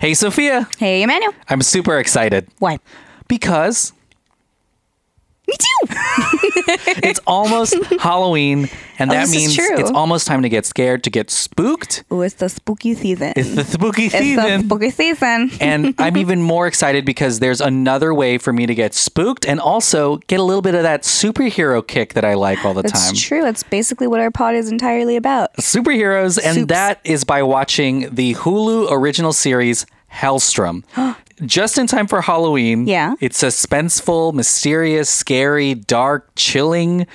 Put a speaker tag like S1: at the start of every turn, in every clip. S1: Hey, Sophia.
S2: Hey, Emmanuel.
S1: I'm super excited
S2: Why?
S1: because
S2: Me too.
S1: it's almost Halloween, and that
S2: this
S1: means
S2: is true.
S1: it's almost time to get scared, to get spooked.
S2: Oh, it's the spooky season.
S1: It's the spooky
S2: It's the
S1: season.
S2: spooky season.
S1: and I'm even more excited because there's another way for me to get spooked and also get a little bit of that superhero kick that I like all the
S2: That's
S1: time.
S2: true. That's basically what our pod is entirely about.
S1: Superheroes, and
S2: Soups.
S1: that is by watching the Hulu original series Hellstrom. Just in time for Halloween.
S2: Yeah.
S1: It's suspenseful, mysterious, scary, dark, chilling,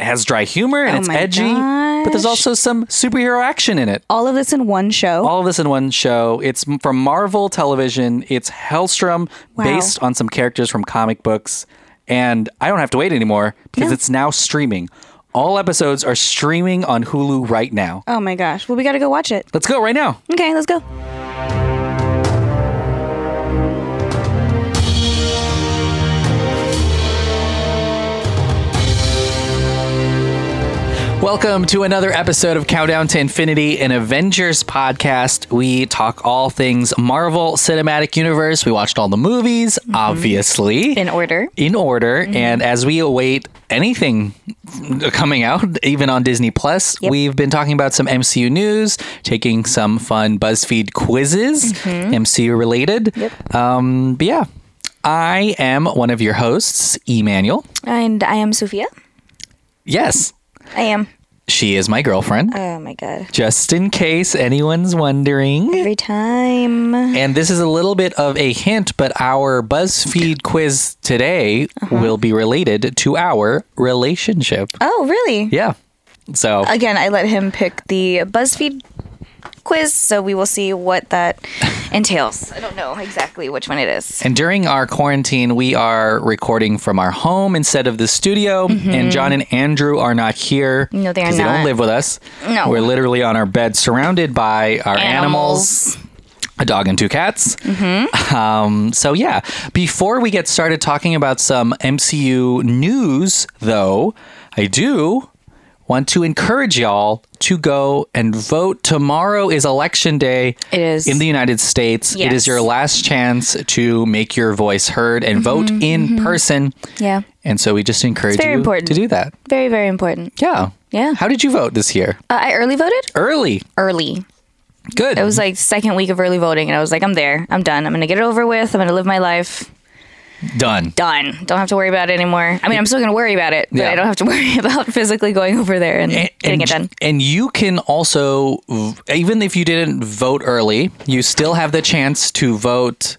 S1: has dry humor, and
S2: Oh
S1: it's
S2: my
S1: edgy. But there's
S2: gosh.
S1: also some superhero action in it.
S2: All of this in one show.
S1: all of this in one show. It's m- from Marvel Television. It's Hellstrom,
S2: Wow.
S1: based on some characters from comic books. And I don't have to wait anymore because
S2: No.
S1: it's now streaming. All episodes are streaming on Hulu right now.
S2: oh my gosh. Well, we got to go watch it.
S1: Let's go right now.
S2: Okay, let's go.
S1: Welcome to another episode of Countdown to Infinity, an Avengers podcast. We talk all things Marvel Cinematic Universe. We watched all the movies, obviously.
S2: In order.
S1: Mm-hmm. in Mm-hmm. order and as we await anything coming out even on disney plus
S2: Yep.
S1: we've been talking about some mcu news taking some fun buzzfeed quizzes mcu related
S2: Yep.
S1: um but yeah i am one of your hosts emmanuel
S2: And I am Sophia.
S1: yes
S2: I am.
S1: she is my girlfriend
S2: Oh my god.
S1: just in case anyone's wondering
S2: Every time.
S1: And this is a little bit of a hint, but our BuzzFeed quiz today will be related to our relationship.
S2: Oh, really?
S1: Yeah. So
S2: Again, I let him pick the BuzzFeed quiz, so we will see what that entails. I don't know exactly which one it is.
S1: And during our quarantine, we are recording from our home instead of the studio. And John and Andrew are not here.
S2: Mm-hmm. No, they are
S1: 'cause They don't
S2: not.
S1: live with us.
S2: No.
S1: We're literally on our bed surrounded by our animals.
S2: Animals. Mm-hmm.
S1: A dog and two cats. Um, so, yeah, before we get started talking about some MCU news, though, I do want to encourage y'all to go and vote. Tomorrow is election day
S2: It is.
S1: in the United States. It is
S2: Yes.
S1: your last chance to make your voice heard and vote in person.
S2: Yeah.
S1: And so we just encourage
S2: Mm-hmm. very
S1: you
S2: important.
S1: to do that.
S2: Very, very important.
S1: Yeah.
S2: Yeah.
S1: How did you vote this year?
S2: Uh, I early voted?
S1: Early.
S2: Early.
S1: Good.
S2: It was like second week of early voting, and I was like, I'm there. I'm done. I'm gonna get it over with. I'm gonna live my life.
S1: done.
S2: Done. Don't have to worry about it anymore. I mean, I'm still gonna worry about it, but
S1: Yeah.
S2: I don't have to worry about physically going over there and, getting it done.
S1: and you can also, v- even if you didn't vote early, you still have the chance to vote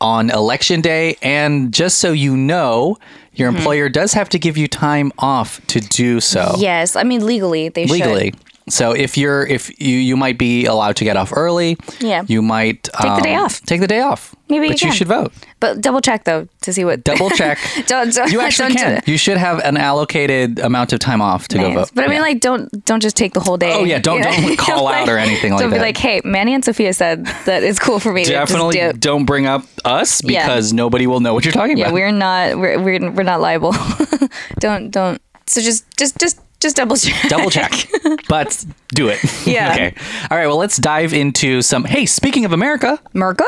S1: on election day. And just so you know, your employer does have to give you time off to do so.
S2: Mm-hmm. Yes, I mean legally they
S1: Oh. legally.
S2: should.
S1: So if you're if you you might be allowed to get off early.
S2: Yeah.
S1: You might take
S2: the day off.
S1: Take the day off.
S2: Maybe you
S1: but you,
S2: can.
S1: should vote.
S2: But double check though to see what
S1: Double check.
S2: don't, don't
S1: you actually
S2: don't do
S1: can.
S2: that.
S1: You should have an allocated amount of time off to go vote.
S2: But I mean,
S1: Yeah.
S2: like, don't don't just take the whole day.
S1: Oh, yeah, don't- don't call out or anything like
S2: don't be
S1: that.
S2: like, hey, Manny and Sophia said that it's cool for me.
S1: definitely
S2: to just do it."
S1: do. not bring up us
S2: Yeah.
S1: because nobody will know what you're talking
S2: Yeah,
S1: about.
S2: we're not we're we're, we're not liable. don't don't. So just just just just double check.
S1: Double check, but do it.
S2: Yeah.
S1: okay. All right. Well, let's dive into some. Hey, speaking of America,
S2: Merca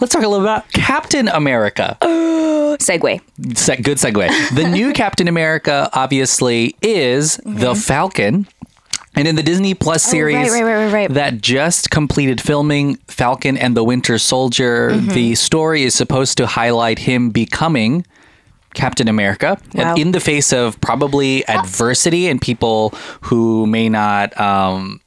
S1: let's talk a little about Captain America.
S2: segue.
S1: Se- good segue. The new Captain America, obviously, is
S2: Mm-hmm.
S1: the Falcon. And in the Disney Plus series
S2: Oh, right, right, right, right.
S1: that just completed filming, Falcon and the Winter Soldier,
S2: Mm-hmm.
S1: the story is supposed to highlight him becoming Captain America
S2: Wow. Oh.
S1: and in the face of probably adversity and people who may not um,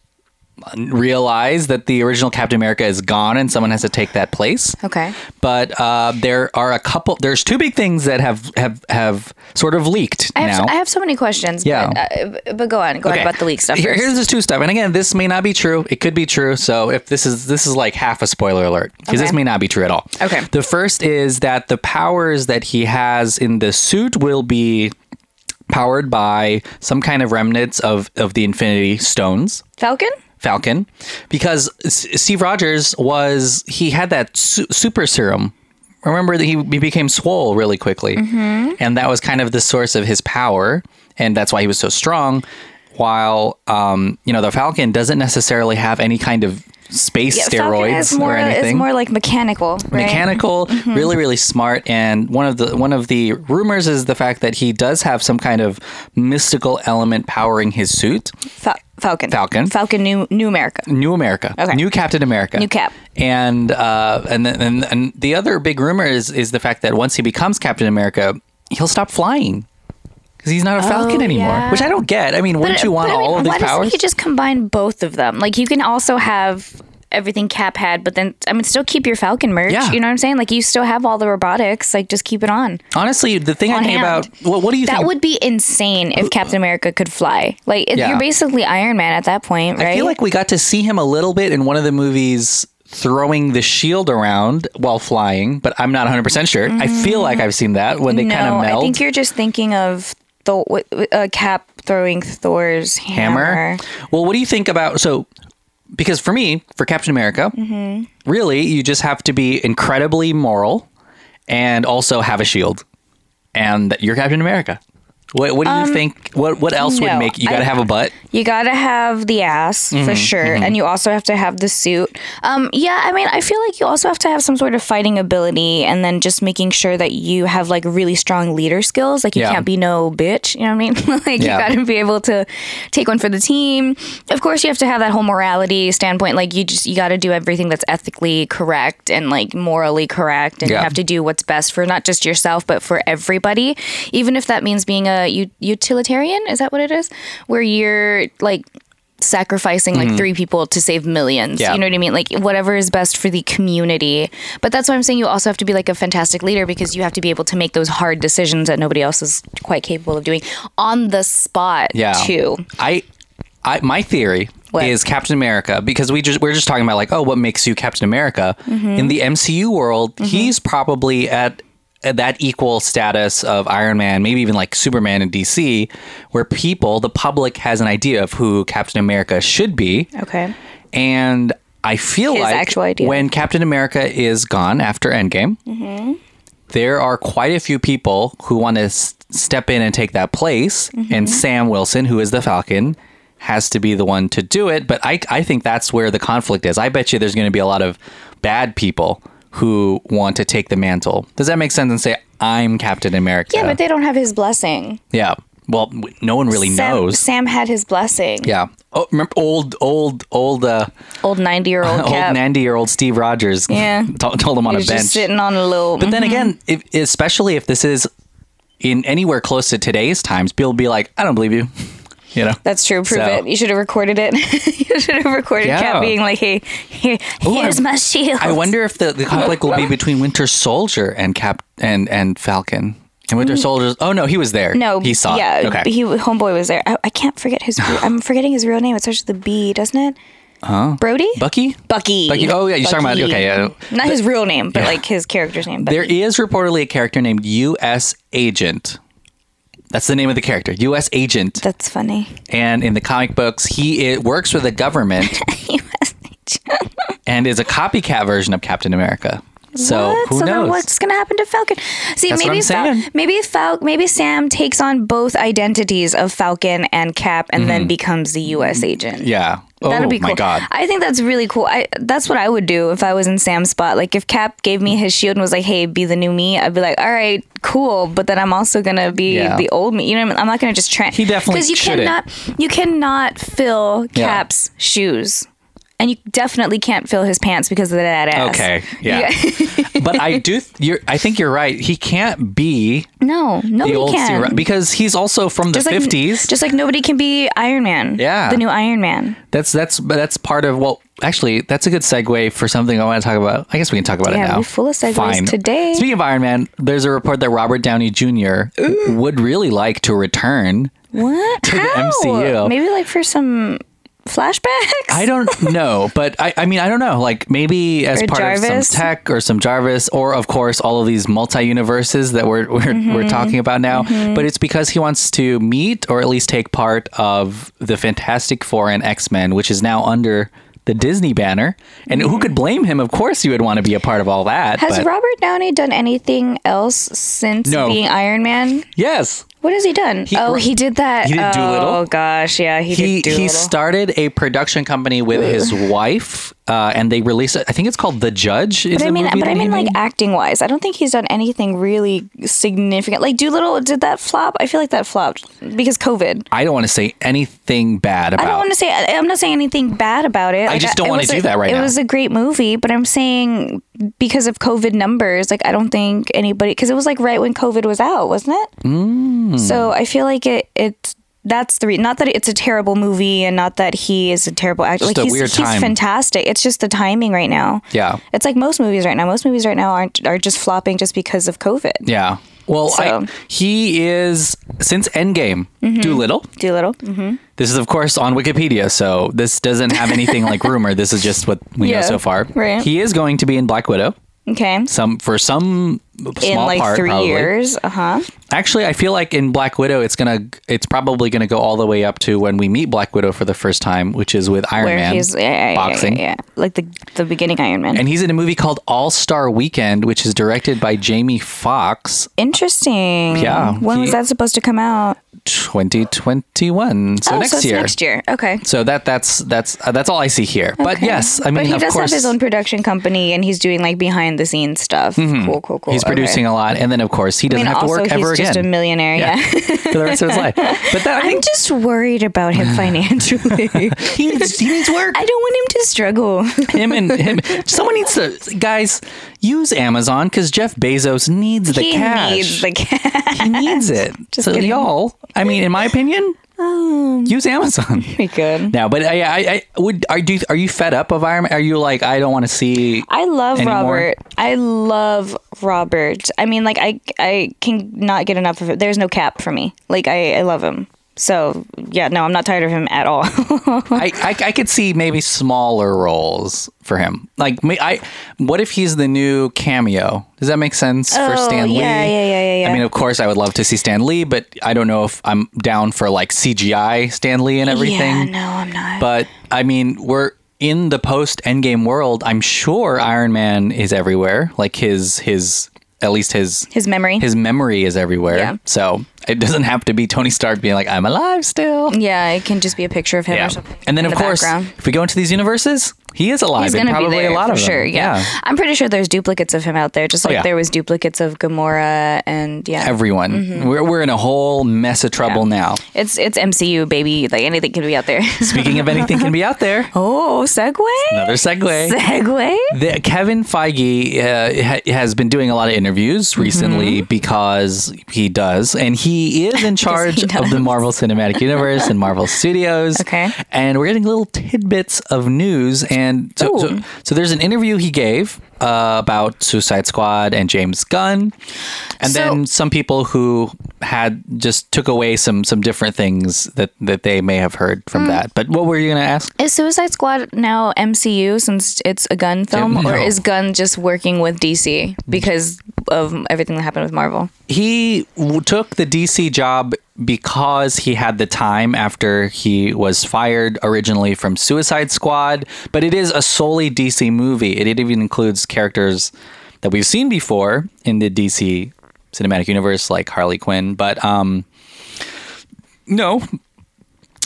S1: realize that the original Captain America is gone and someone has to take that place
S2: Okay.
S1: but uh, there are a couple. There's two big things that have have have sort of leaked
S2: I have,
S1: now.
S2: so, I have so many questions.
S1: Yeah.
S2: But, uh, but go on. Go
S1: Okay.
S2: on about the leak stuff.
S1: Here-
S2: first.
S1: here's this two stuff, and again, this may not be true. It could be true. So if this is this is like half a spoiler alert because this
S2: Okay.
S1: may not be true at all.
S2: Okay.
S1: The first is that the powers that he has in the suit will be powered by some kind of remnants of of the Infinity Stones.
S2: Falcon.
S1: Falcon because S- Steve Rogers was he had that su- super serum. Remember that he, he became swole really quickly,
S3: Mm-hmm.
S1: and that was kind of the source of his power, and that's why he was so strong. While um, you know the Falcon doesn't necessarily have any kind of space
S3: Yeah, Falcon
S1: steroids
S3: is more,
S1: or anything.
S3: is more like mm-hmm. mechanical, right?
S1: mechanical, really, really smart. And one of the one of the rumors is the fact that he does have some kind of mystical element powering his suit.
S3: Fal- Falcon.
S1: Falcon.
S3: Falcon. New New America.
S1: New America,
S3: Okay.
S1: new Captain America,
S3: New Cap.
S1: and uh, and then and, and the other big rumor is is the fact that once he becomes Captain America, he'll stop flying because he's not a
S2: Oh,
S1: Falcon anymore,
S3: yeah.
S1: which I don't get. I mean, wouldn't you want
S2: I mean,
S1: all of these
S2: why
S1: powers?
S2: doesn't he just combine both of them? Like you can also have everything Cap had, but then I mean, still keep your Falcon merch.
S1: Yeah.
S2: You know what I'm saying? Like you still have all the robotics. Like just keep it on.
S1: Honestly, the thing I
S2: on
S1: think
S2: hand.
S1: about well, what do you
S2: That
S1: think?
S2: would be insane if Captain America could fly. Like it-
S1: Yeah.
S2: you're basically Iron Man at that point, right?
S1: I feel like we got to see him a little bit in one of the movies throwing the shield around while flying, but I'm not 100% sure. I feel like I've seen that when they
S2: Mm-hmm. no,
S1: kind of meld.
S2: I think you're just thinking of Thor, w- uh, Cap throwing Thor's hammer.
S1: hammer. Well, what do you think about so because for me, for Captain America,
S2: Mm-hmm.
S1: really you just have to be incredibly moral and also have a shield and that you're Captain America. What, what do you think? What what else would
S2: Um, no,
S1: make you
S2: I-
S1: got to have a butt?
S2: You gotta have the ass
S1: Mm-hmm,
S2: for sure, and you also have to have the suit. Um, yeah, I mean, I feel like you also have to have some sort of fighting ability, and then just making sure that you have like really strong leader skills. Like you
S1: Yeah.
S2: can't be no bitch. You know what I mean? like
S1: Yeah.
S2: you gotta be able to take one for the team. Of course, you have to have that whole morality standpoint. Like you just you gotta do everything that's ethically correct and like morally correct, and
S1: Yeah.
S2: you have to do what's best for not just yourself but for everybody even if that means being a u- utilitarian is that what it is where you're like sacrificing like three people to save millions
S1: Mm-hmm. Yeah.
S2: you know what i mean like whatever is best for the community but that's why i'm saying you also have to be like a fantastic leader because you have to be able to make those hard decisions that nobody else is quite capable of doing on the spot
S1: Yeah.
S2: too
S1: I, I, my theory
S2: What?
S1: is Captain America because we just we're just talking about like oh what makes you Captain America in the MCU world he's probably at at that equal status of Iron Man maybe even like Superman in DC where people the public has an idea of who Captain America should be
S2: okay
S1: and I feel
S2: His
S1: like
S2: actual idea.
S1: when Captain America is gone after Endgame, there are quite a few people who want to s- step in and take that place.
S2: Mm-hmm.
S1: And Sam Wilson, who is the Falcon, has to be the one to do it. But I, I think that's where the conflict is. I bet you there's going to be a lot of bad people who want to take the mantle. Does that make sense? And say, I'm Captain America.
S2: yeah but they don't have his blessing
S1: Yeah. Well, w- no one really
S2: sam,
S1: knows.
S2: sam had his blessing
S1: yeah. Oh, remember old, old, old, uh,
S2: old 90 year old
S1: old
S2: cap
S1: Nandy or old Steve Rogers
S2: Yeah.
S1: to- told him on
S2: He's
S1: a bench.
S2: just sitting Mm-hmm. on a little mm,
S1: But then again, if, especially if this is in anywhere close to today's times, people be like, "I don't believe you," you know.
S2: That's true. Prove
S1: So-
S2: it. You should have recorded it. you should have recorded
S1: Yeah.
S2: Cap being like, "Hey, here, here's
S1: I-
S2: my shield."
S1: I wonder if the, the conflict will be between Winter Soldier and Cap and and Falcon. And Winter Soldier's oh no, he was there.
S2: Mm-hmm. No,
S1: he saw. it.
S2: Yeah,
S1: okay.
S2: he homeboy was there. I, I can't forget his. Re- I'm forgetting his real name. It starts with a B, doesn't it? Huh? Brody.
S1: Bucky.
S2: Bucky.
S1: Bucky. Oh yeah, you're talking about
S2: Bucky.
S1: okay. Yeah.
S2: Not his real name, but like his character's name. But
S1: There is reportedly a character named U.S. Agent. That's the name of the character, U.S. Agent.
S2: that's funny.
S1: and in the comic books, he it works for the government and is a copycat version of Captain America. So
S2: What?
S1: who
S2: so
S1: knows?
S2: Then what's gonna happen to Falcon? See,
S1: That's what
S2: maybe
S1: I'm saying.
S2: Fal- maybe Fal- maybe Sam takes on both identities of Falcon and Cap, and
S1: Mm-hmm.
S2: then becomes the U.S. agent.
S1: yeah. Oh
S2: That'd be cool.
S1: my god.
S2: I think that's really cool. I that's what I would do if I was in Sam's spot. Like if Cap gave me his shield and was like, "Hey, be the new me," I'd be like, "All right, cool," but then I'm also gonna be
S1: Yeah.
S2: the old me. You know, what I mean? I'm not gonna just try.
S1: He definitely
S2: because you
S1: shouldn't.
S2: cannot you cannot fill
S1: Yeah.
S2: Cap's shoes, and you definitely can't fill his pants because of that ass.
S1: Okay. Yeah. but I do. Th- you're, I think you're right. He can't be
S2: No,
S1: the
S2: nobody
S1: old
S2: can.
S1: Steve Ro- because he's also from the
S2: just like,
S1: fifties.
S2: just like nobody can be Iron Man.
S1: Yeah.
S2: the new Iron Man.
S1: that's that's but that's part of well. Actually, that's a good segue for something I want to talk about. I guess we can talk about it
S2: Yeah,
S1: now.
S2: we're full of segues today.
S1: Speaking of Iron Man, there's a report that Robert Downey Jr. would really like to return
S2: What?
S1: the
S2: How?
S1: MCU.
S2: Maybe like for some flashbacks.
S1: I don't know, but I, I mean, I don't know. Like maybe as
S2: Or
S1: part of
S2: Jarvis.
S1: some tech or some Jarvis, or of course all of these multi universes that we're we're,
S2: Mm-hmm.
S1: we're talking about now. But it's because he wants to meet or at least take part of the Fantastic Four and X Men, which is now under the Disney banner. And who could blame him? Of course, you would want to be a part of all that.
S2: Mm-hmm. Has
S1: but-
S2: Robert Downey done anything else since
S1: No.
S2: being Iron Man?
S1: yes,
S2: What has he done? oh, he did that.
S1: He did
S2: oh,
S1: Doolittle.
S2: gosh, yeah,
S1: he
S2: he, did
S1: he
S2: Doolittle.
S1: started a production company with his wife uh, and they released it. I think it's called The Judge. Is
S2: But
S1: the
S2: I mean,
S1: movie
S2: but
S1: that
S2: I
S1: he
S2: mean, like
S1: made.
S2: acting wise, I don't think he's done anything really significant. Like Doolittle, did that flop? I feel like that flopped because COVID.
S1: I don't want to say anything bad about.
S2: I don't want to say I- I'm not saying anything bad about it. Like,
S1: just don't
S2: it
S1: wanna
S2: was
S1: do
S2: a-
S1: that right
S2: it
S1: now.
S2: was a great movie, but I'm saying because of COVID numbers, like I don't think anybody because it was like right when COVID was out, wasn't it? Mm. So I feel like it it's that's the re- not that it's a terrible movie and not that he is a terrible actor.
S1: Just
S2: like
S1: a
S2: he's,
S1: weird
S2: he's
S1: time.
S2: fantastic. It's just the timing right now.
S1: Yeah.
S2: It's like most movies right now. Most movies right now aren't are just flopping just because of COVID.
S1: Yeah. Well, I,
S2: So-
S1: he is since Endgame Doolittle.
S2: Doolittle. Mm-hmm.
S1: This is of course on Wikipedia, so this doesn't have anything like rumor. This is just what we
S2: Yeah,
S1: know so far.
S2: right.
S1: He is going to be in Black Widow.
S2: Okay.
S1: Some for some small
S2: In like
S1: part,
S2: three
S1: probably.
S2: years. Uh huh.
S1: Actually, I feel like in Black Widow, it's gonna, it's probably gonna go all the way up to when we meet Black Widow for the first time, which is with Iron
S2: Where
S1: Man
S2: he's yeah, yeah, yeah,
S1: boxing.
S2: yeah, yeah. like the the beginning Iron Man.
S1: And he's in a movie called All Star Weekend, which is directed by Jamie Foxx,
S2: Interesting.
S1: Yeah,
S2: When was
S1: he-
S2: that supposed to come out?
S1: 2021. So
S2: oh,
S1: next
S2: so it's
S1: year.
S2: Next year. Okay.
S1: So that that's that's uh, that's all I see here. But yes, I mean
S2: but he
S1: of
S2: does
S1: course
S2: have his own production company, and he's doing like behind the scenes stuff. Cool, cool, cool.
S1: Mm-hmm. he's
S2: Okay.
S1: producing a lot, and then of course he
S2: I
S1: doesn't
S2: mean,
S1: have to
S2: also
S1: work
S2: he's
S1: ever
S2: just a
S1: again
S2: millionaire. Yeah.
S1: for the rest of his life. But that, I
S2: I'm
S1: think
S2: just worried about him financially. I
S1: he needs, he needs work.
S2: don't want him to struggle.
S1: him and him. Someone needs to guys use Amazon because Jeff Bezos needs the
S2: he
S1: cash.
S2: needs the cash.
S1: he needs it. so
S2: kidding. Um.
S1: y'all, I mean, in my opinion, use Amazon.
S2: Be good.
S1: No, but I, I, I would. Are you are you fed up of Iron Man? Are you like I don't want to see?
S2: I love
S1: anymore.
S2: Robert. I love Robert. I mean, like I I can not get enough of it. There's no cap for me. Like I, I love him. So yeah, no, I'm not tired of him at all.
S1: I, I I could see maybe smaller roles for him. Like may- I, what if he's the new cameo? Does that make sense for
S2: Oh,
S1: Stan Lee?
S2: yeah, yeah, yeah, yeah,
S1: I
S2: yeah.
S1: mean, of course, I would love to see Stan Lee, but I don't know if I'm down for like CGI Stan Lee and
S2: Yeah,
S1: everything.
S2: no, I'm not.
S1: But I mean, we're in the post Endgame world. I'm sure Iron Man is everywhere. Like his his at least his
S2: His memory.
S1: his memory is everywhere.
S2: Yeah.
S1: So it doesn't have to be Tony Stark being like, "I'm alive still."
S2: yeah, it can just be a picture of him
S1: Yeah.
S2: or something.
S1: And then,
S2: in
S1: of
S2: the
S1: course,
S2: background.
S1: if we go into these universes, he is alive.
S2: He's
S1: in
S2: gonna
S1: probably
S2: be there
S1: a lot
S2: for
S1: of them. Oh,
S2: sure. Yeah. I'm pretty sure there's duplicates of him out there, just like
S1: yeah.
S2: there was duplicates of Gamora and yeah,
S1: Everyone.
S2: Mm-hmm.
S1: We're, we're in a whole mess of trouble now.
S2: it's it's MCU baby. Like anything can be out there.
S1: Speaking of anything can be out there,
S2: oh, segue.
S1: another segue.
S2: Segue.
S1: The, Kevin Feige uh, ha, has been doing a lot of
S2: Mm-hmm.
S1: interviews recently because he does, and he is in charge of the Marvel Cinematic Universe and Marvel Studios.
S2: Okay.
S1: and we're getting little tidbits of news, and so, so,
S2: Ooh.
S1: so there's an interview he gave uh, about Suicide Squad and James Gunn, and
S2: So-
S1: then some people who had just took away some some different things that that they may have heard from
S2: Mm.
S1: that. But what were you going to ask?
S2: Is Suicide Squad now MCU since it's a gun film,
S1: Don't know.
S2: or is Gun just working with DC because of everything that happened with Marvel?
S1: he w- took the DC job because he had the time after he was fired originally from Suicide Squad, but it is a solely DC movie. It, it even includes characters that we've seen before in the DC cinematic universe, like Harley Quinn. But um, no,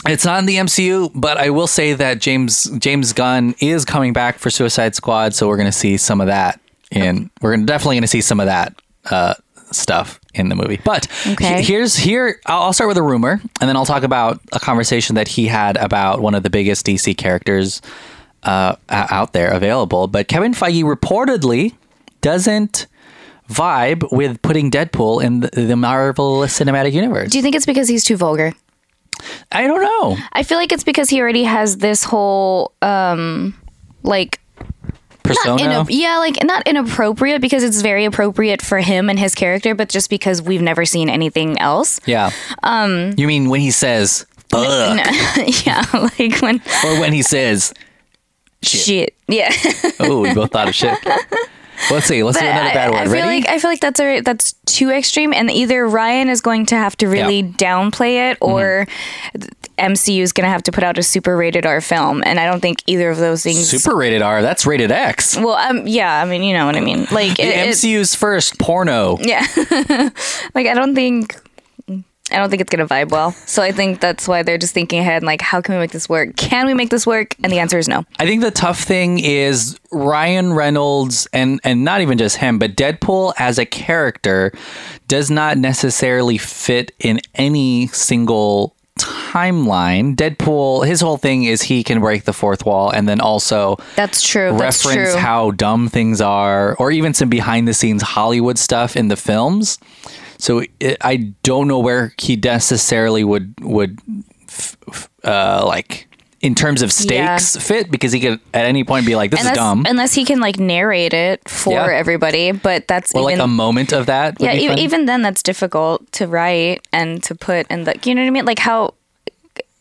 S1: it's not in the MCU, but I will say that James James Gunn is coming back for Suicide Squad, so we're going to see some of that in we're gonna, definitely going to see some of that uh, stuff in the movie. But he-
S2: Okay.
S1: here's here I'll, I'll start with a rumor, and then I'll talk about a conversation that he had about one of the biggest DC characters uh, o- out there available. But Kevin Feige reportedly doesn't vibe with putting Deadpool in the, the Marvel Cinematic Universe.
S2: Do you think it's because he's too vulgar?
S1: I don't know.
S2: I feel like it's because he already has this whole um, like not
S1: Persona.
S2: inap- yeah, like not inappropriate because it's very appropriate for him and his character, but just because we've never seen anything else.
S1: Yeah. Um. You mean when he says "fuck"
S2: yeah, like when
S1: or when he says
S2: shit. Yeah.
S1: "oh"? We both thought of shit. Let's see. Let's do another bad
S2: I-
S1: word.
S2: I feel
S1: Ready?
S2: like I feel like that's a, that's too extreme, and either Ryan is going to have to really
S1: Yeah. Mm-hmm.
S2: downplay it, or MCU is going to have to put out a super rated R film, and I don't think either of those things.
S1: Super rated R. That's rated X.
S2: well, um, yeah, I mean, you know what I mean. Like,
S1: The
S2: it, it-
S1: MCU's first porno.
S2: like I don't think. I don't think it's gonna vibe well. So I think that's why they're just thinking ahead and like, how can we make this work? Can we make this work? And the answer is no.
S1: I think the tough thing is Ryan Reynolds and and not even just him, but Deadpool as a character does not necessarily fit in any single timeline. Deadpool, his whole thing is he can break the fourth wall and then also
S2: That's true. That's
S1: reference
S2: true.
S1: how dumb things are or even some behind the scenes Hollywood stuff in the films. So it, I don't know where he necessarily would would f- f- uh, like in terms of
S2: Yeah.
S1: stakes fit because he could at any point be like this
S2: unless,
S1: is dumb
S2: unless he can like narrate it for
S1: Yeah.
S2: everybody, but that's
S1: or like
S2: even
S1: a moment of that. would
S2: yeah,
S1: be
S2: e-
S1: fun.
S2: even then that's difficult to write and to put in the you know what I mean? Like how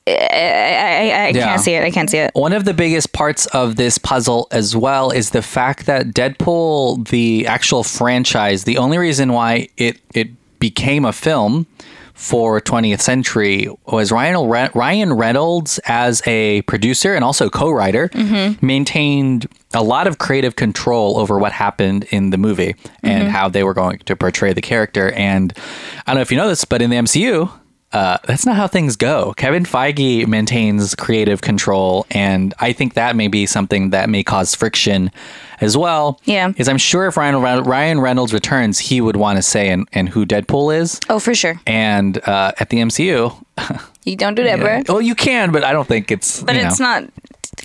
S2: I, I, I
S1: Yeah.
S2: can't see it. I can't see it.
S1: One of the biggest parts of this puzzle as well is the fact that Deadpool, the actual franchise, the only reason why it it became a film for 20th century was Ryan Re- Ryan Reynolds as a producer and also co-writer maintained a lot of creative control over what happened in the movie and how they were going to portray the character and I don't know if you know this but in the MCU uh, that's not how things go. Kevin Feige maintains creative control, and I think that may be something that may cause friction as well.
S2: Yeah.
S1: Because I'm sure if Ryan, Ryan Reynolds returns, he would want to say and, and who Deadpool is.
S2: Oh, for sure.
S1: And uh, at the MCU,
S2: You don't do that, bro.
S1: oh, you can, but I don't think it's.
S2: But
S1: you
S2: it's
S1: know.
S2: not.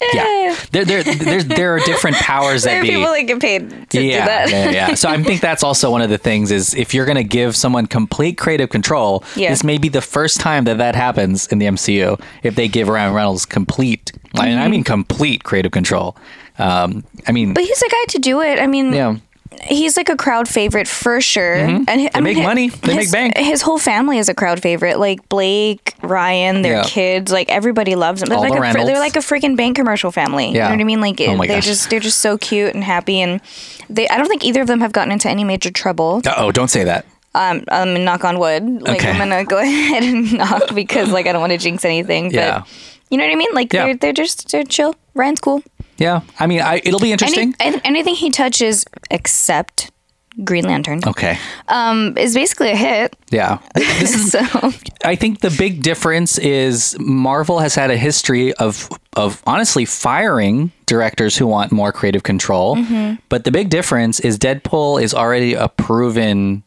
S2: Eh,
S1: Yeah, there, there, there's, there are different powers
S2: There
S1: that
S2: are
S1: be.
S2: people that get paid to
S1: yeah,
S2: do that.
S1: yeah, yeah. So I think that's also one of the things is if you're going to give someone complete creative control,
S2: Yeah.
S1: this may be the first time that that happens in the MCU if they give Ryan Reynolds complete, and I mean complete creative control. Um, I mean,
S2: Mm-hmm. But he's a guy to do it. I mean,
S1: yeah,
S2: he's like a crowd favorite for sure. And he- I
S1: Mm-hmm. They make money. They make
S2: his-
S1: bank.
S2: His whole family is a crowd favorite. Like Blake, Ryan, their
S1: Yeah.
S2: kids, like everybody loves them. They're
S1: All
S2: like
S1: the
S2: a, fr-
S1: Reynolds.
S2: they're like a freaking bank commercial family. You
S1: Yeah.
S2: know what I mean? Like
S1: Oh my
S2: they're
S1: gosh.
S2: just they're just so cute and happy and they I don't think either of them have gotten into any major trouble.
S1: oh, don't say that.
S2: Um, um knock on wood. Like
S1: Okay.
S2: I'm gonna go ahead and knock because like I don't want to jinx anything. But
S1: Yeah.
S2: you know what I mean? Like
S1: Yeah.
S2: they're they're just they're chill. Ryan's cool.
S1: Yeah, I mean, I, it'll be
S2: Any,
S1: interesting.
S2: an- anything he touches except Green Lantern
S1: okay,
S2: um, is basically a hit.
S1: yeah.
S2: so
S1: I think the big difference is Marvel has had a history of of honestly firing directors who want more creative control.
S2: Mm-hmm.
S1: But the big difference is Deadpool is already a proven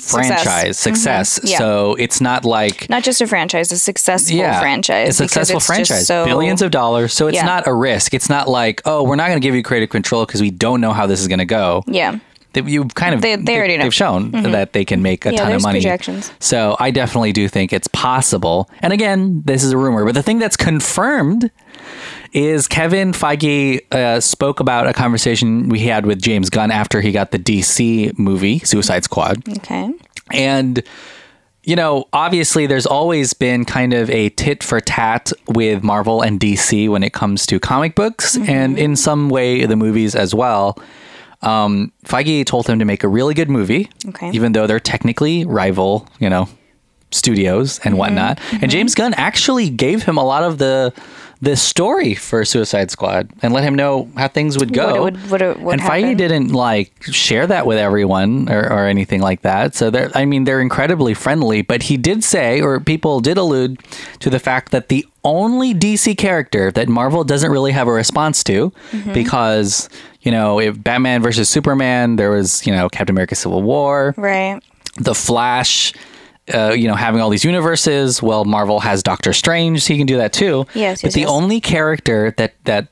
S1: franchise success.
S2: Mm-hmm. Yeah.
S1: So it's not like
S2: not just a franchise, a successful
S1: yeah,
S2: franchise.
S1: a successful
S2: because it's just
S1: franchise, billions of dollars. So it's
S2: Yeah.
S1: not a risk. It's not like oh, we're not going to give you creative control because we don't know how this is going to go
S2: yeah.
S1: they, you kind of
S2: They- they already know. Mm-hmm.
S1: have shown that they can make a
S2: Yeah,
S1: ton of
S2: there's
S1: money.
S2: projections.
S1: So I definitely do think it's possible. And again, this is a rumor, but the thing that's confirmed is Kevin Feige uh, spoke about a conversation we had with James Gunn after he got the DC movie Suicide Squad.
S2: Okay.
S1: And you know, obviously, there's always been kind of a tit for tat with Marvel and DC when it comes to comic books,
S2: Mm-hmm.
S1: and in some way, the movies as well. Um, Feige told him to make a really good movie,
S2: Okay.
S1: even though they're technically rival, you know, studios
S2: Mm-hmm.
S1: and whatnot. And James Gunn actually gave him a lot of the the story for Suicide Squad and let him know how things would go.
S2: What it would- what it would
S1: and Feige
S2: happen.
S1: didn't like share that with everyone or, or anything like that. So they're, I mean, they're incredibly friendly. But he did say, or people did allude to the fact that the only DC character that Marvel doesn't really have a response to, because you know, if Batman versus Superman, there was you know Captain America: Civil War,
S2: Right.
S1: the Flash, uh, you know, having all these universes. Well, Marvel has Doctor Strange, so he can do that too.
S2: Yes,
S1: But
S2: yes,
S1: the
S2: yes.
S1: only character that that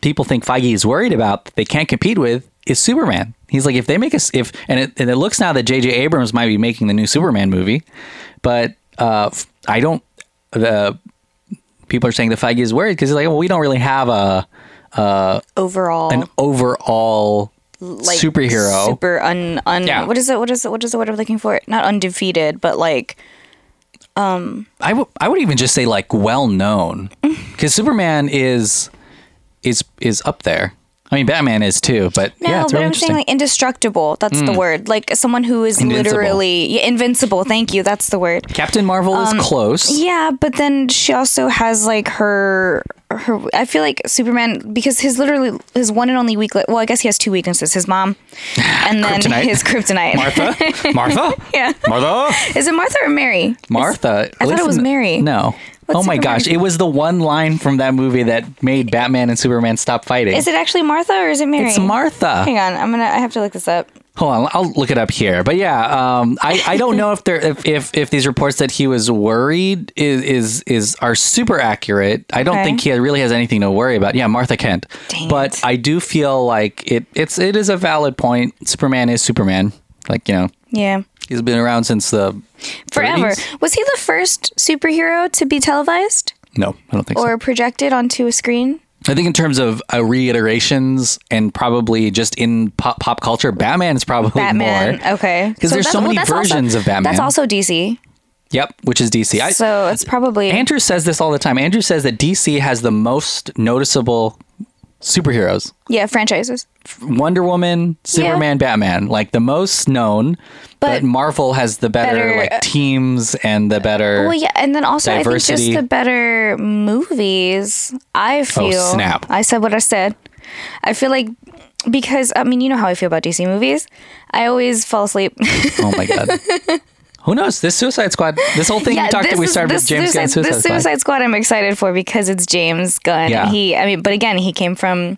S1: people think Feige is worried about that they can't compete with is Superman. He's like, if they make us, if and it, and it looks now that J.J. Abrams might be making the new Superman movie, but uh, f- I don't. The people are saying the Feige is worried because he's like, well, we don't really have a
S2: Overall,
S1: an overall
S2: like
S1: superhero.
S2: super un un.
S1: Yeah.
S2: What is it? What is it? What is the word I'm looking for? Not undefeated, but like
S1: I would I would even just say like well known
S2: Mm.
S1: because Superman is is is up there. I mean, Batman is too, but
S2: no.
S1: yeah, it's
S2: but
S1: really
S2: I'm
S1: interesting. Hmm.
S2: saying like indestructible. That's the word. Like someone who is
S1: Invincible.
S2: literally yeah, invincible. Thank you. That's the word.
S1: Captain Marvel is close.
S2: Yeah, but then she also has like her her. I feel like Superman because his literally his one and only weakness. Well, I guess he has two weaknesses: his mom, and then
S1: Kryptonite.
S2: his kryptonite.
S1: Martha? Martha?
S2: Yeah.
S1: Martha?
S2: Is it Martha or Mary?
S1: Martha.
S2: I thought it was
S1: Listen-
S2: Mary.
S1: No.
S2: What's
S1: oh my
S2: Superman?
S1: gosh. It was the one line from that movie that made Batman and Superman stop fighting.
S2: Is it actually Martha or is it Mary?
S1: it's Martha.
S2: Hang on, I'm gonna. I have to look this up.
S1: Hold on, I'll look it up here. But yeah, um, I, I don't know if there if, if if these reports that he was worried is is, is are super accurate. I don't
S2: Okay.
S1: think he really has anything to worry about. Yeah, Martha Kent.
S2: Dang
S1: but
S2: it.
S1: I do feel like it it's it is a valid point. Superman is Superman. Like you know,
S2: Yeah.
S1: he's been around since the
S2: Forever.
S1: 30s?
S2: Was he the first superhero to be televised
S1: No, I don't think so.
S2: or projected onto a screen?
S1: I think in terms of uh, reiterations and probably just in pop pop culture, Batman is probably
S2: Batman.
S1: more.
S2: Okay.
S1: 'Cause there's
S2: that's-
S1: so many
S2: that's also-
S1: versions of Batman.
S2: That's also DC.
S1: Yep, which is DC. I,
S2: so it's probably
S1: Andrew says this all the time. Andrew says that DC has the most noticeable superheroes:
S2: yeah franchises.
S1: Wonder Woman, Superman, Batman, like the most known. But,
S2: But-
S1: Marvel has the better,
S2: Better, uh,
S1: like teams and the better.
S2: Well, yeah, and then also I think
S1: Diversity. Oh,
S2: just the better movies. I feel.
S1: snap.
S2: I said what I said. I feel like because I mean you know how I feel about DC movies. I always fall asleep.
S1: Oh my god. Who knows? This Suicide Squad. This whole thing we talked.
S2: this
S1: we
S2: is-
S1: started
S2: this
S1: with James
S2: suicide,
S1: Gunn's Suicide,
S2: This
S1: Squad.
S2: Suicide Squad, I'm excited for because it's James Gunn.
S1: Yeah.
S2: He, I mean, but again, he came from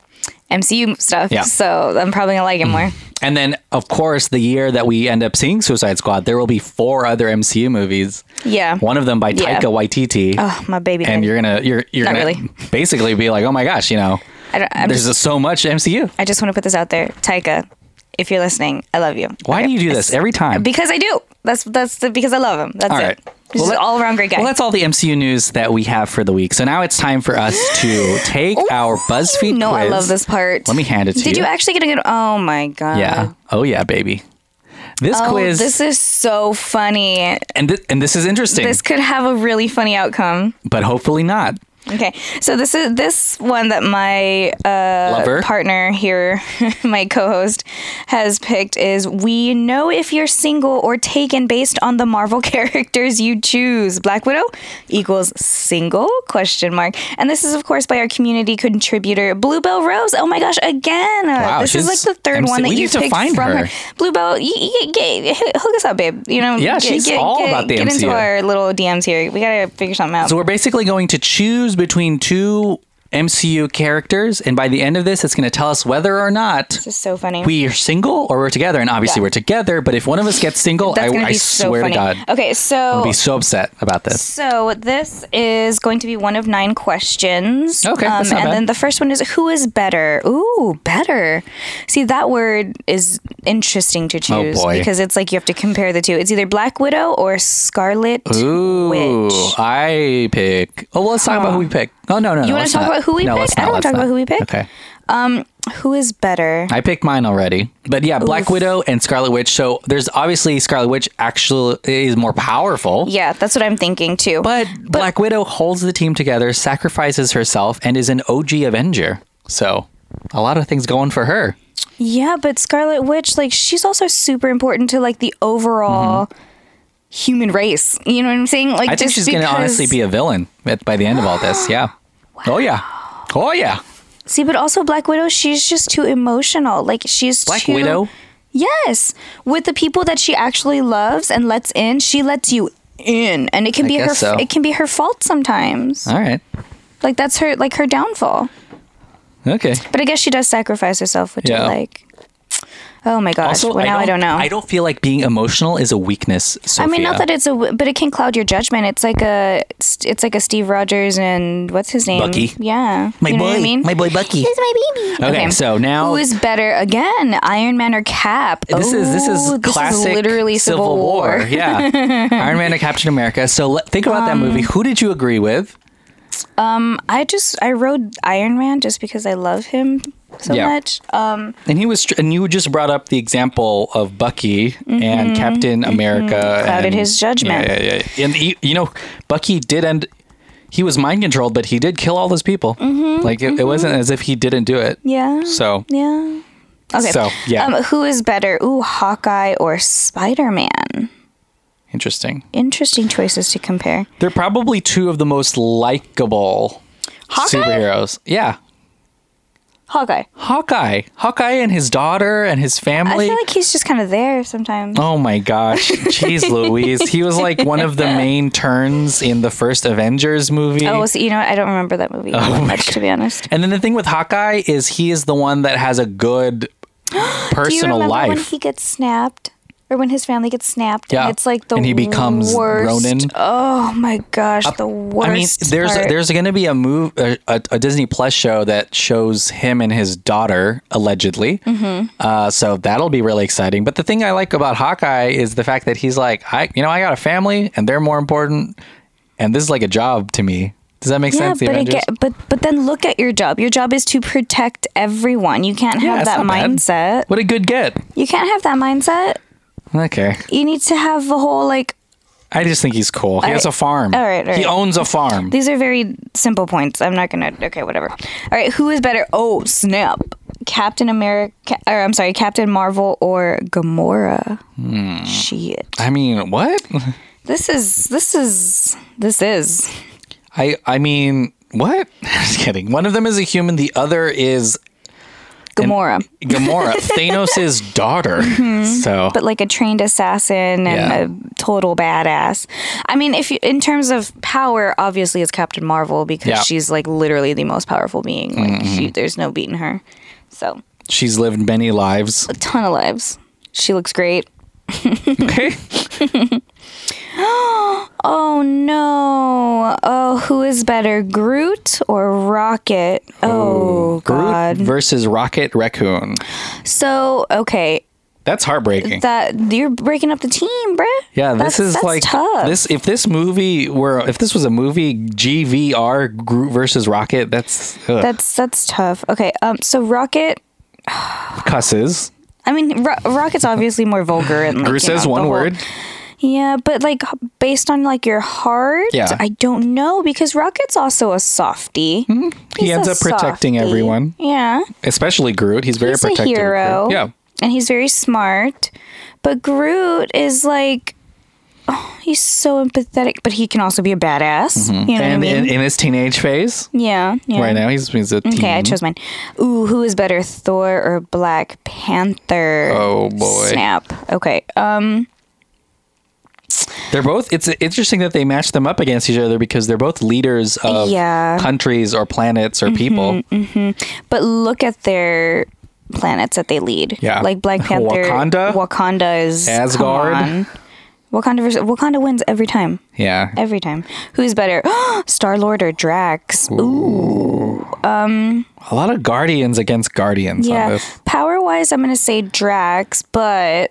S2: MCU stuff,
S1: Yeah. Mm.
S2: so I'm probably gonna like him more.
S1: And then, of course, the year that we end up seeing Suicide Squad, there will be four other MCU movies.
S2: Yeah.
S1: One of them by
S2: Yeah.
S1: Taika Waititi.
S2: Oh, my baby.
S1: and
S2: daddy.
S1: you're gonna you're you're
S2: Not
S1: gonna
S2: really.
S1: basically be like, oh my gosh, you know,
S2: I, don't, I'm
S1: there's
S2: just,
S1: just so much MCU.
S2: I just want to put this out there, Taika. If you're listening, I love you.
S1: Why do you do this every time?
S2: Because I do. That's that's the, because I love him. That's
S1: All right.
S2: it. He's
S1: Well,
S2: just
S1: let-
S2: an all around great guy.
S1: Well, that's all the MCU news that we have for the week. So now it's time for us to take our BuzzFeed
S2: Oh, no,
S1: quiz.
S2: I love this part.
S1: Let me hand it to
S2: Did
S1: you.
S2: you actually get a good? Oh my god.
S1: Yeah. Oh yeah, baby. This
S2: Oh,
S1: quiz
S2: this is so funny.
S1: and thi- and this is interesting,
S2: This could have a really funny outcome.
S1: but hopefully not.
S2: Okay, so this is this one that my uh,
S1: Lover.
S2: partner here, my co-host, has picked is we know if you're single or taken based on the Marvel characters you choose. Black Widow equals single question mark, and this is of course by our community contributor Bluebell Rose. Oh my gosh, again!
S1: Wow,
S2: this is like
S1: she's
S2: the third
S1: MC
S2: one that
S1: we
S2: you
S1: need to
S2: picked
S1: find
S2: from
S1: her.
S2: her. Bluebell, y- y- y- hook us up, babe. You know,
S1: Yeah, she's all about the
S2: get into
S1: MCU.
S2: our little DMs here. We gotta figure something out.
S1: So we're basically going to choose between two MCU characters, and by the end of this, it's going to tell us whether or not
S2: This is so funny.
S1: we are single or we're together. And obviously,
S2: Yeah.
S1: we're together. But if one of us gets single, I,
S2: That's gonna
S1: I
S2: be so
S1: swear
S2: funny. Oh.
S1: to God,
S2: Okay,
S1: I'll
S2: so
S1: be so upset about this.
S2: so this is going to be one of nine questions. Um,
S1: Okay, that's not
S2: and
S1: bad.
S2: then the first one is who is better? Ooh, better. See, that word is interesting to choose
S1: Oh, boy.
S2: because it's like you have to compare the two. It's either Black Widow or Scarlet
S1: Ooh,
S2: Witch.
S1: I pick. Oh, well, let's talk about who we pick. Oh no, no, you
S2: wanna
S1: want to
S2: talk about who we
S1: no,
S2: pick?
S1: Let's
S2: I
S1: not,
S2: don't
S1: let's
S2: talk about
S1: not.
S2: who we pick.
S1: Okay,
S2: Who is better?
S1: I picked mine already. But yeah, Black Widow and Scarlet Witch. So there's obviously Scarlet Witch actually is more powerful.
S2: Yeah, that's what I'm thinking too.
S1: But, Black Widow holds the team together, sacrifices herself, and is an OG Avenger. So, a lot of things going for her.
S2: yeah, but Scarlet Witch, like she's also super important to like the overall human race. You know what I'm saying? Like
S1: Mm-hmm. I think
S2: just
S1: she's going to
S2: because-
S1: honestly be a villain at, by the end of all this. Yeah. Oh, yeah. Oh, yeah.
S2: See, but also Black Widow, she's just too emotional. Like she's
S1: Black
S2: too-
S1: Widow.
S2: Yes, with the people that she actually loves and lets in, she lets you in, and it can
S1: I
S2: be her.
S1: guess so.
S2: It can be her fault sometimes.
S1: All right.
S2: Like that's her. Like her downfall.
S1: Okay.
S2: But I guess she does sacrifice herself, which
S1: Yeah.
S2: is like. Oh my gosh! well, now I don't, know.
S1: I don't feel like being emotional is a weakness. Sophia.
S2: I mean, not that it's a, w- but it can cloud your judgment. It's like a, it's like a Steve Rogers and what's his name?
S1: Bucky.
S2: Yeah.
S1: My
S2: You know
S1: boy.
S2: what I mean?
S1: My boy Bucky.
S2: He's my baby.
S1: Okay, so now-
S2: who is better again, Iron Man or Cap?
S1: This is this is
S2: Oh,
S1: classic
S2: This is literally Civil, War.
S1: yeah, Iron Man and Captain America. So let, think about that
S2: Um,
S1: movie. Who did you agree with?
S2: I just I rode Iron Man just because I love him so
S1: Yeah.
S2: much. Um,
S1: And he was, tr- and you just brought up the example of Bucky and Captain America.
S2: Mm-hmm, Clouded
S1: and-
S2: his judgment.
S1: Yeah, yeah, yeah. And he, you know, Bucky did end. He was mind controlled, but he did kill all those people. like it, it wasn't as if he didn't do it.
S2: Mm-hmm, yeah.
S1: So
S2: Yeah. Okay.
S1: So, yeah.
S2: Um, who is better, ooh, Hawkeye or Spider Man?
S1: interesting.
S2: Interesting choices to compare.
S1: They're probably two of the most likable
S2: Hawkeye?
S1: superheroes. Yeah.
S2: Hawkeye.
S1: Hawkeye. Hawkeye and his daughter and his
S2: I
S1: family.
S2: feel like he's just kind of there sometimes.
S1: Oh my gosh. Jeez Louise. He was like one of the main turns in the first Avengers movie.
S2: Oh, so you know what? I don't remember that movie that
S1: Oh my
S2: much, to be honest.
S1: and then the thing with Hawkeye is he is the one that has a good
S2: Do you
S1: personal
S2: remember
S1: life.
S2: when he gets snapped? Or when his family gets snapped,
S1: Yeah.
S2: and it's like the
S1: And he becomes
S2: worst.
S1: Ronin.
S2: Oh my gosh, the worst.
S1: I mean, there's
S2: part.
S1: there's going to be a move a, a, a Disney Plus show that shows him and his daughter allegedly. Mm-hmm. Uh, so that'll be really exciting. But the thing I like about Hawkeye is the fact that he's like, I you know I got a family and they're more important, and this is like a job to me. Does that make
S2: yeah,
S1: sense? The
S2: but
S1: Avengers?
S2: again, but but then look at your job. Your job is to protect everyone. You can't
S1: Yeah,
S2: have
S1: it's
S2: that
S1: not bad.
S2: mindset.
S1: What a good get.
S2: You can't have that mindset.
S1: Okay,
S2: You need to have a whole like.
S1: I just think he's cool. He has a
S2: right.
S1: farm.
S2: All right, all
S1: He
S2: right.
S1: owns a farm.
S2: These are very simple points. I'm not gonna. Okay, whatever. All right, who is better? Oh snap! Captain America, or I'm sorry, Captain Marvel or Gamora? Shit.
S1: I mean, what?
S2: This is this is this is.
S1: I I mean, what? just kidding. One of them is a human. The other is
S2: Gamora,
S1: Gamora, Thanos' daughter. So,
S2: Mm-hmm. but like a trained assassin and a total badass. I mean, if you, in terms of power, obviously it's Captain Marvel because
S1: Yeah.
S2: she's like literally the most powerful being. Like she, there's no beating her. So
S1: she's lived many lives.
S2: a ton of lives. She looks great.
S1: Okay.
S2: Oh no! Oh, who is better, Groot or Rocket? Oh God!
S1: Groot versus Rocket Raccoon.
S2: So okay,
S1: That's heartbreaking.
S2: that you're breaking up the team, bruh.
S1: yeah, this
S2: That's-
S1: is
S2: that's
S1: like
S2: tough.
S1: this. If this movie were, if this was a movie, GVR Groot versus Rocket. That's ugh,
S2: That's that's tough. Okay, um, so Rocket.
S1: cusses.
S2: I mean, Ro- Rocket's obviously more vulgar and like,
S1: Groot
S2: you know,
S1: says
S2: the
S1: one
S2: whole-
S1: word.
S2: Yeah, but like based on like your heart,
S1: Yeah.
S2: I don't know because Rocket's also a softie.
S1: Mm-hmm. He
S2: He's
S1: ends
S2: a
S1: up protecting
S2: softie.
S1: everyone,
S2: Yeah,
S1: especially Groot. He's very
S2: he's a
S1: protective. of Groot.
S2: hero.
S1: Yeah.
S2: and he's very smart. But Groot is like, oh, he's so empathetic, but he can also be a badass. You know
S1: And
S2: what I mean?
S1: in, in his teenage phase,
S2: yeah, yeah.
S1: right Mm-hmm. now he's, he's a teen.
S2: Okay, I chose mine. Ooh, who is better, Thor or Black Panther?
S1: Oh, boy.
S2: Snap. Okay. Um.
S1: They're both. It's interesting that they match them up against each other because they're both leaders of
S2: Yeah.
S1: countries or planets or people.
S2: But look at their planets that they lead.
S1: Yeah.
S2: Like Black Panther.
S1: Wakanda.
S2: Wakanda is come
S1: Asgard.
S2: on. Wakanda versus Wakanda wins every time.
S1: Yeah,
S2: Every time. Who's better, Star Lord or Drax?
S1: a lot of guardians against guardians on
S2: Yeah.
S1: this.
S2: Power wise, I'm going to say Drax, but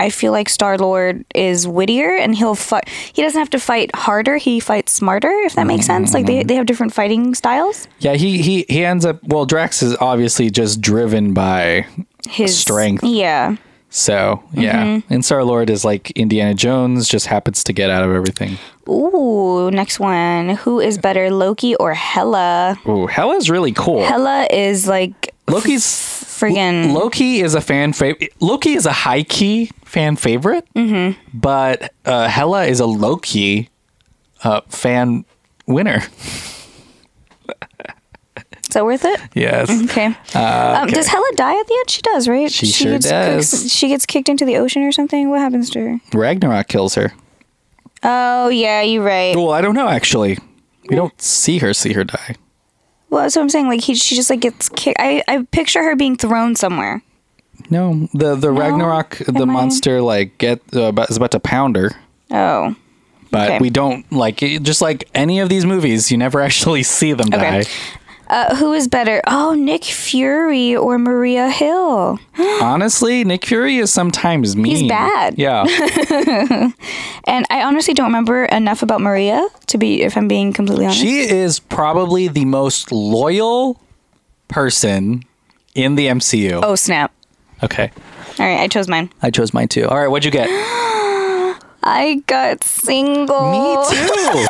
S2: I feel like Star Lord is wittier and he'll fight. He doesn't have to fight harder, he fights smarter, if that makes sense. Like they, they have different fighting styles.
S1: Yeah, he he he ends up. Well, Drax is obviously just driven by
S2: His
S1: Strength.
S2: Yeah.
S1: so yeah, and Star Lord is like Indiana Jones, just happens to get out of everything.
S2: Ooh, next one. Who is better, Loki or Hela?
S1: Ooh, Hela's really cool.
S2: Hela is like
S1: Loki's
S2: friggin'
S1: Loki is a fan favorite. Loki is a high key fan favorite, but uh, Hela is a low key uh, fan winner.
S2: is that worth it?
S1: Yes.
S2: Okay. Um, does Hela die at the end? She does, right? She,
S1: Uh, sure
S2: gets
S1: does.
S2: She gets kicked into the ocean or something. What happens to her?
S1: Ragnarok kills her.
S2: Oh yeah, you're right.
S1: Well, I don't know actually. We don't see her see her die.
S2: Well, that's what I'm saying. Like he, she just like gets kicked. I, I picture her being thrown somewhere.
S1: No, the the Ragnarok the
S2: Am I-
S1: monster like get uh, about, is about to pound her,
S2: Oh,
S1: but
S2: Okay.
S1: we don't like it, just like any of these movies. You never actually see them die.
S2: Okay. uh, who is better? Oh, Nick Fury or Maria Hill?
S1: Honestly, Nick Fury is sometimes mean.
S2: bad.
S1: Yeah,
S2: And I honestly don't remember enough about Maria to be, if I'm being completely honest.
S1: she is probably the most loyal person in the MCU.
S2: oh snap!
S1: Okay,
S2: All right, I chose mine.
S1: I chose mine too. All right, what'd you get?
S2: I
S1: Me
S2: got single.
S1: too.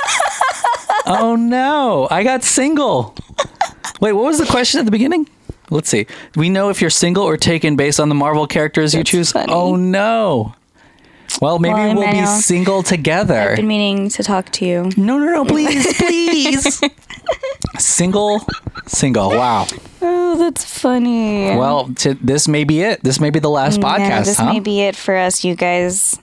S1: oh no, I got single. Wait, what was the question at the beginning? Let's see. We know if you're single or taken based on the Marvel characters you choose.
S2: funny.
S1: Oh no. Well, maybe
S2: Well,
S1: we'll be
S2: Emmanuel,
S1: single together.
S2: Been meaning to talk to you.
S1: No, no, no, please, please. single, single. Wow.
S2: Oh, that's funny.
S1: Well, t- this may be it. This may be the last
S2: Yeah,
S1: podcast,
S2: this
S1: huh?
S2: may be it for us, you guys.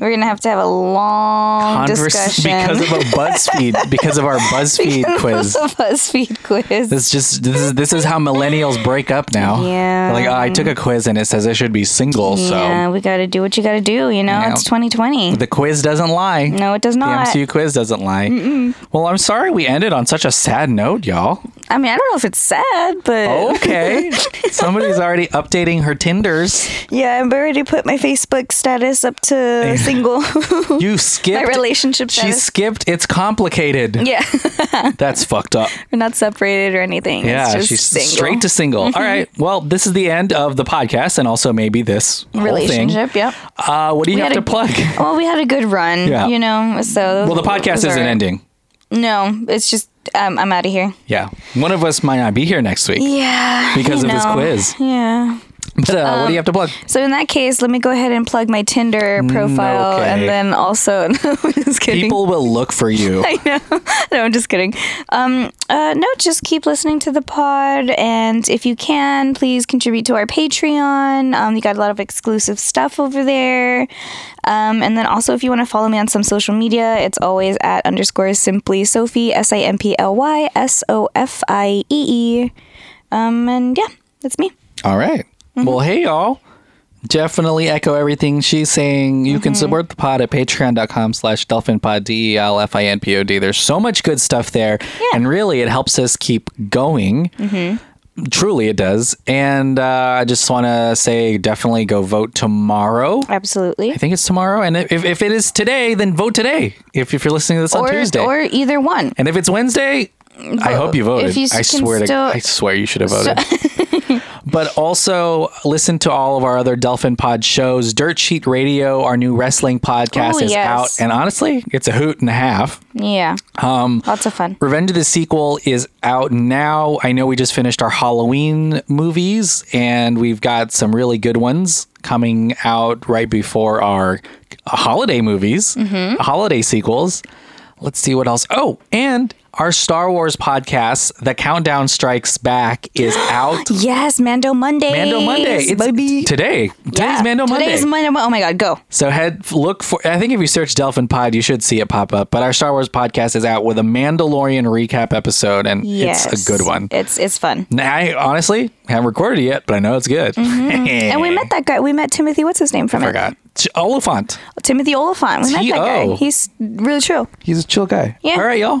S2: We're gonna have to have a long
S1: Converse-
S2: discussion
S1: because of a BuzzFeed, because of our BuzzFeed quiz.
S2: of BuzzFeed quiz.
S1: This just this is this is how millennials break up now. They're
S2: Yeah.
S1: Like oh, I took a quiz and it says I should be single,
S2: yeah, we gotta do what you gotta do. You know,
S1: Yeah.
S2: it's 2020.
S1: so the quiz doesn't lie.
S2: no, it does
S1: The
S2: not.
S1: MCU quiz doesn't lie. Well, I'm sorry we ended on such a sad note, y'all.
S2: I mean, I don't know if it's sad, but
S1: Okay. Somebody's already updating her Tinders.
S2: yeah, I've already put my Facebook status up to single.
S1: You skipped
S2: relationship
S1: She
S2: status.
S1: skipped. It's complicated.
S2: yeah,
S1: That's fucked up.
S2: we're not separated or anything.
S1: Yeah,
S2: it's just
S1: she's
S2: single.
S1: straight to single. All right. Well, this is the end of the podcast, and also maybe this whole
S2: relationship.
S1: Thing.
S2: Yep.
S1: Uh, what do you have
S2: had
S1: to
S2: a-
S1: plug?
S2: Well, we had a good run.
S1: Yeah.
S2: you know. So
S1: Well, the podcast isn't ending.
S2: No, it's just um, I'm out of here.
S1: Yeah, one of us might not be here next week
S2: Yeah.
S1: because
S2: you
S1: of this
S2: know.
S1: quiz.
S2: Yeah.
S1: But uh, what do
S2: Um,
S1: you have to plug?
S2: So in that case, let me go ahead and plug my Tinder profile,
S1: Mm, okay.
S2: and then also, no, I'm just kidding.
S1: People will look for you.
S2: I know. No, I'm just kidding. Um, uh, no, just keep listening to the pod, and if you can, please contribute to our Patreon. Um, you got a lot of exclusive stuff over there, um, and then also if you want to follow me on some social media, it's always at underscore simply Sophie S I M P L Y S O F I E E. Um, and yeah, that's me.
S1: All right.
S2: Mm-hmm.
S1: Well, hey, y'all. Definitely echo everything she's saying. You
S2: Mm-hmm.
S1: can support the pod at patreon.com slash E delphinpod, D-E-L-F-I-N-P-O-D. There's so much good stuff there. And really, it helps us keep going.
S2: Mm-hmm.
S1: Truly, it does. And uh, I just want to say definitely go vote tomorrow. I
S2: Absolutely.
S1: think it's tomorrow. And if, if it is today, then vote today. If, if you're listening to this on
S2: Or,
S1: Tuesday.
S2: or either one.
S1: And if it's Wednesday, I hope you voted.
S2: If you
S1: I
S2: can
S1: swear to
S2: still-
S1: I swear you should have voted. but also listen to all of our other Dolphin Pod shows. Dirt Sheet Radio, our new wrestling podcast,
S2: Ooh,
S1: is
S2: yes.
S1: out, and honestly, it's a hoot and a half.
S2: Yeah. Lots of fun.
S1: Revenge of the Sequel is out now. I know we just finished our Halloween movies, and we've got some really good ones coming out right before our holiday movies, holiday sequels. Let's see what else. Oh, and our Star Wars podcast, The Countdown Strikes Back, is out.
S2: Yes, Mando Monday.
S1: Mando Monday. It's today. Today's Mando Monday.
S2: Today's Monday. Oh my God, go.
S1: So head look for. I think if you search Delphin Pod, you should see it pop up. But our Star Wars podcast is out with a Mandalorian recap episode, and
S2: Yes.
S1: it's a good one.
S2: It's it's fun.
S1: Now, I honestly haven't recorded it yet, but I know it's good.
S2: Mm-hmm. And we met that guy. We met Timothy. What's his name from
S1: I
S2: it?
S1: forgot Ch- Oliphant.
S2: Timothy Oliphant. We met that
S1: T.O..
S2: guy. He's really true.
S1: He's a chill guy.
S2: Yeah.
S1: All right, y'all.